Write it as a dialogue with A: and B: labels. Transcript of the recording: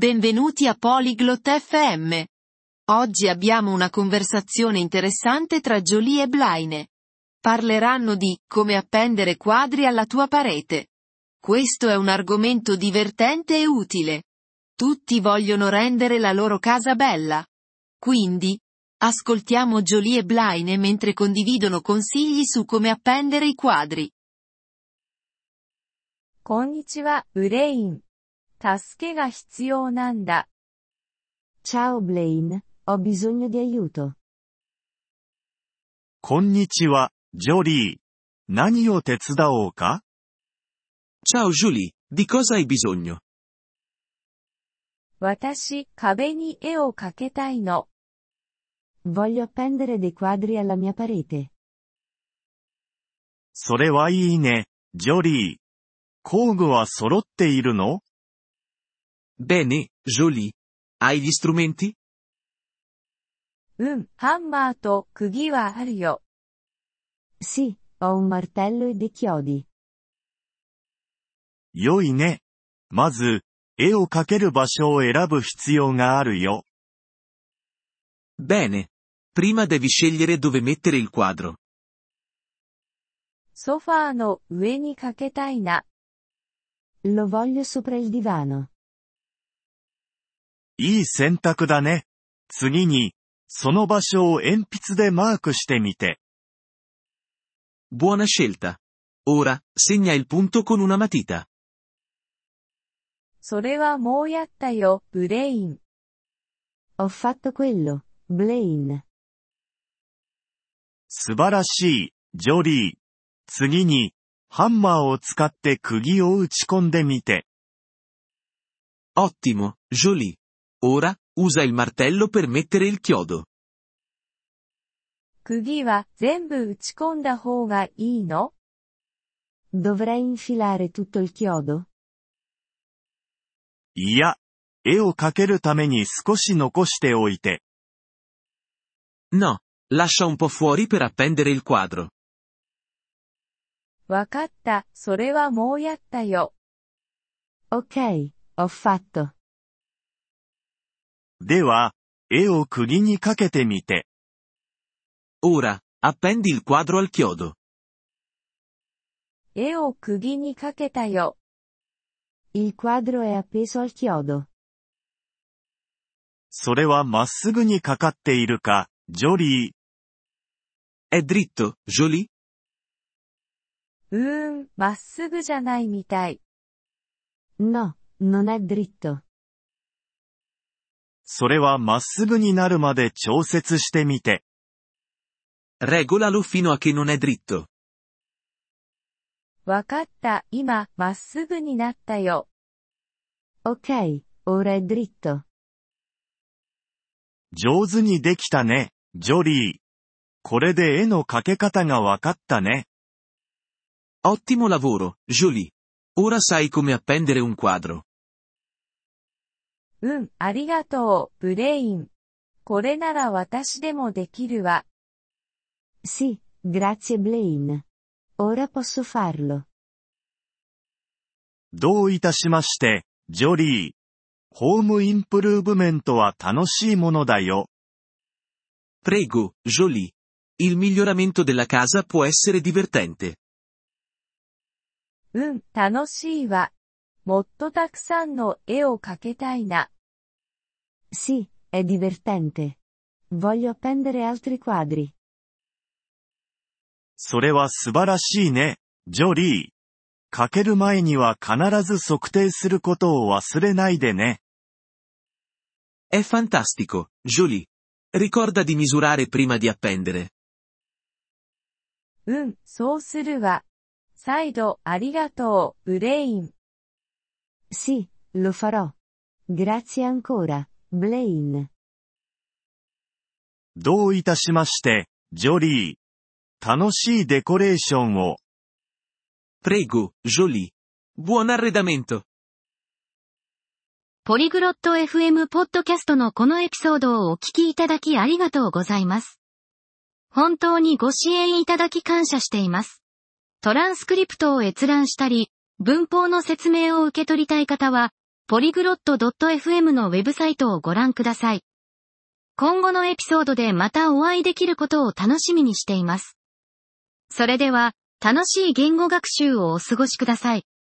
A: Benvenuti a Polyglot FM. Oggi abbiamo una conversazione interessante tra Jolie e Blaine. Parleranno di come appendere quadri alla tua parete. Questo è un argomento divertente e utile. Tutti vogliono rendere la loro casa bella. Quindi, ascoltiamo Jolie e Blaine mentre condividono consigli su come appendere i quadri.
B: こんにちは、ブレイン。助けが必要なんだ。
C: Ciao Blaine, ho bisogno di aiuto.
D: こんにちは、ジョリー。何を手伝おうか
E: Ciao Julie, di cosa hai bisogno?
B: 私、壁に絵を描けたいの。
C: Voglio appendere dei quadri alla mia parete.
D: それはいいね、ジョリー。工具は揃っているの
E: Bene, Jolie. Hai gli strumenti?
B: うん、ハンマーと釘はあるよ。
C: Sì, ho un martello e dei chiodi.
D: 良いね。まず、絵を描ける場所を選ぶ必要があるよ。
E: Bene. Prima devi scegliere dove mettere il quadro.
B: ソファーの上に描けたいな。
C: Lo voglio sopra il divano.
D: いい選択だね。次に、その場所を鉛筆でマークしてみて。
E: Buona scelta. Ora, segna il punto con una matita.
B: それはもうやったよ、ブレイン。
C: Ho fatto quello, Blaine.
D: 素晴らしい、ジョリー。次に、ハンマーを使って釘を打ち込んでみて。
E: Ottimo, Jolie. Ora, usa il martello per mettere il chiodo.
B: 釘は全部打ち込んだ方がいいの
C: Dovrei infilare tutto il chiodo?
D: いや、絵を描けるために少し残しておいて。
E: No, lascia un po' fuori per appendere il quadro.
B: わかった、それはもうやったよ。
C: Ok, ho fatto.
D: では、絵を釘にかけてみて。
E: Ora, appendi il quadro al chiodo.
B: 絵を釘に描けたよ。
C: Il quadro è appeso al chiodo.
D: それはまっすぐにかかっているか、ジョリー。
E: È dritto, Jolie?
B: うーん、まっすぐじゃないみたい。
C: No, non è dritto.
D: それはまっすぐになるまで調節してみて。
E: Regolalo fino a che non è dritto.
B: わかった、今、まっすぐになったよ。
C: Ok, ora è dritto.
D: 上手にできたね、ジョリー。これで絵の描け方がわかったね。
E: Ottimo lavoro, Jolie. Ora sai come appendere un quadro.
B: うん、ありがとう、ブレイン。これなら私でもできるわ。
C: Sì, grazie Blaine. Ora posso farlo.
D: どういたしまして、ジョリー。ホームインプルーブメントは楽しいものだよ。
E: Prego, Jolie. Il miglioramento della casa può essere divertente.
B: うん、楽しいわ。もっとたくさんの絵を描けたいな。
C: Sì, è divertente. Voglio appendere altri quadri.
D: それは素晴らしいね、ジョリー。かける前には必ず測定することを忘れないでね。
E: È fantastico, Jolie. Ricorda di misurare prima di appendere.
B: うん、そうするわ。再度ありがとう、ブレイン。
C: Sì, lo farò. Grazie ancora, Blaine.
D: どういたしまして、ジョリー。楽しいデコレーションを。
E: Prego, Jolie. Buon arredamento.
F: ポリグロット FM ポッドキャストのこのエピソードをお聞きいただきありがとうございます。本当にご支援いただき感謝しています。トランスクリプトを閲覧したり、文法の説明を受け取りたい方は、ポリグロット .fm のウェブサイトをご覧ください。今後のエピソードでまたお会いできることを楽しみにしています。それでは、楽しい言語学習をお過ごしください。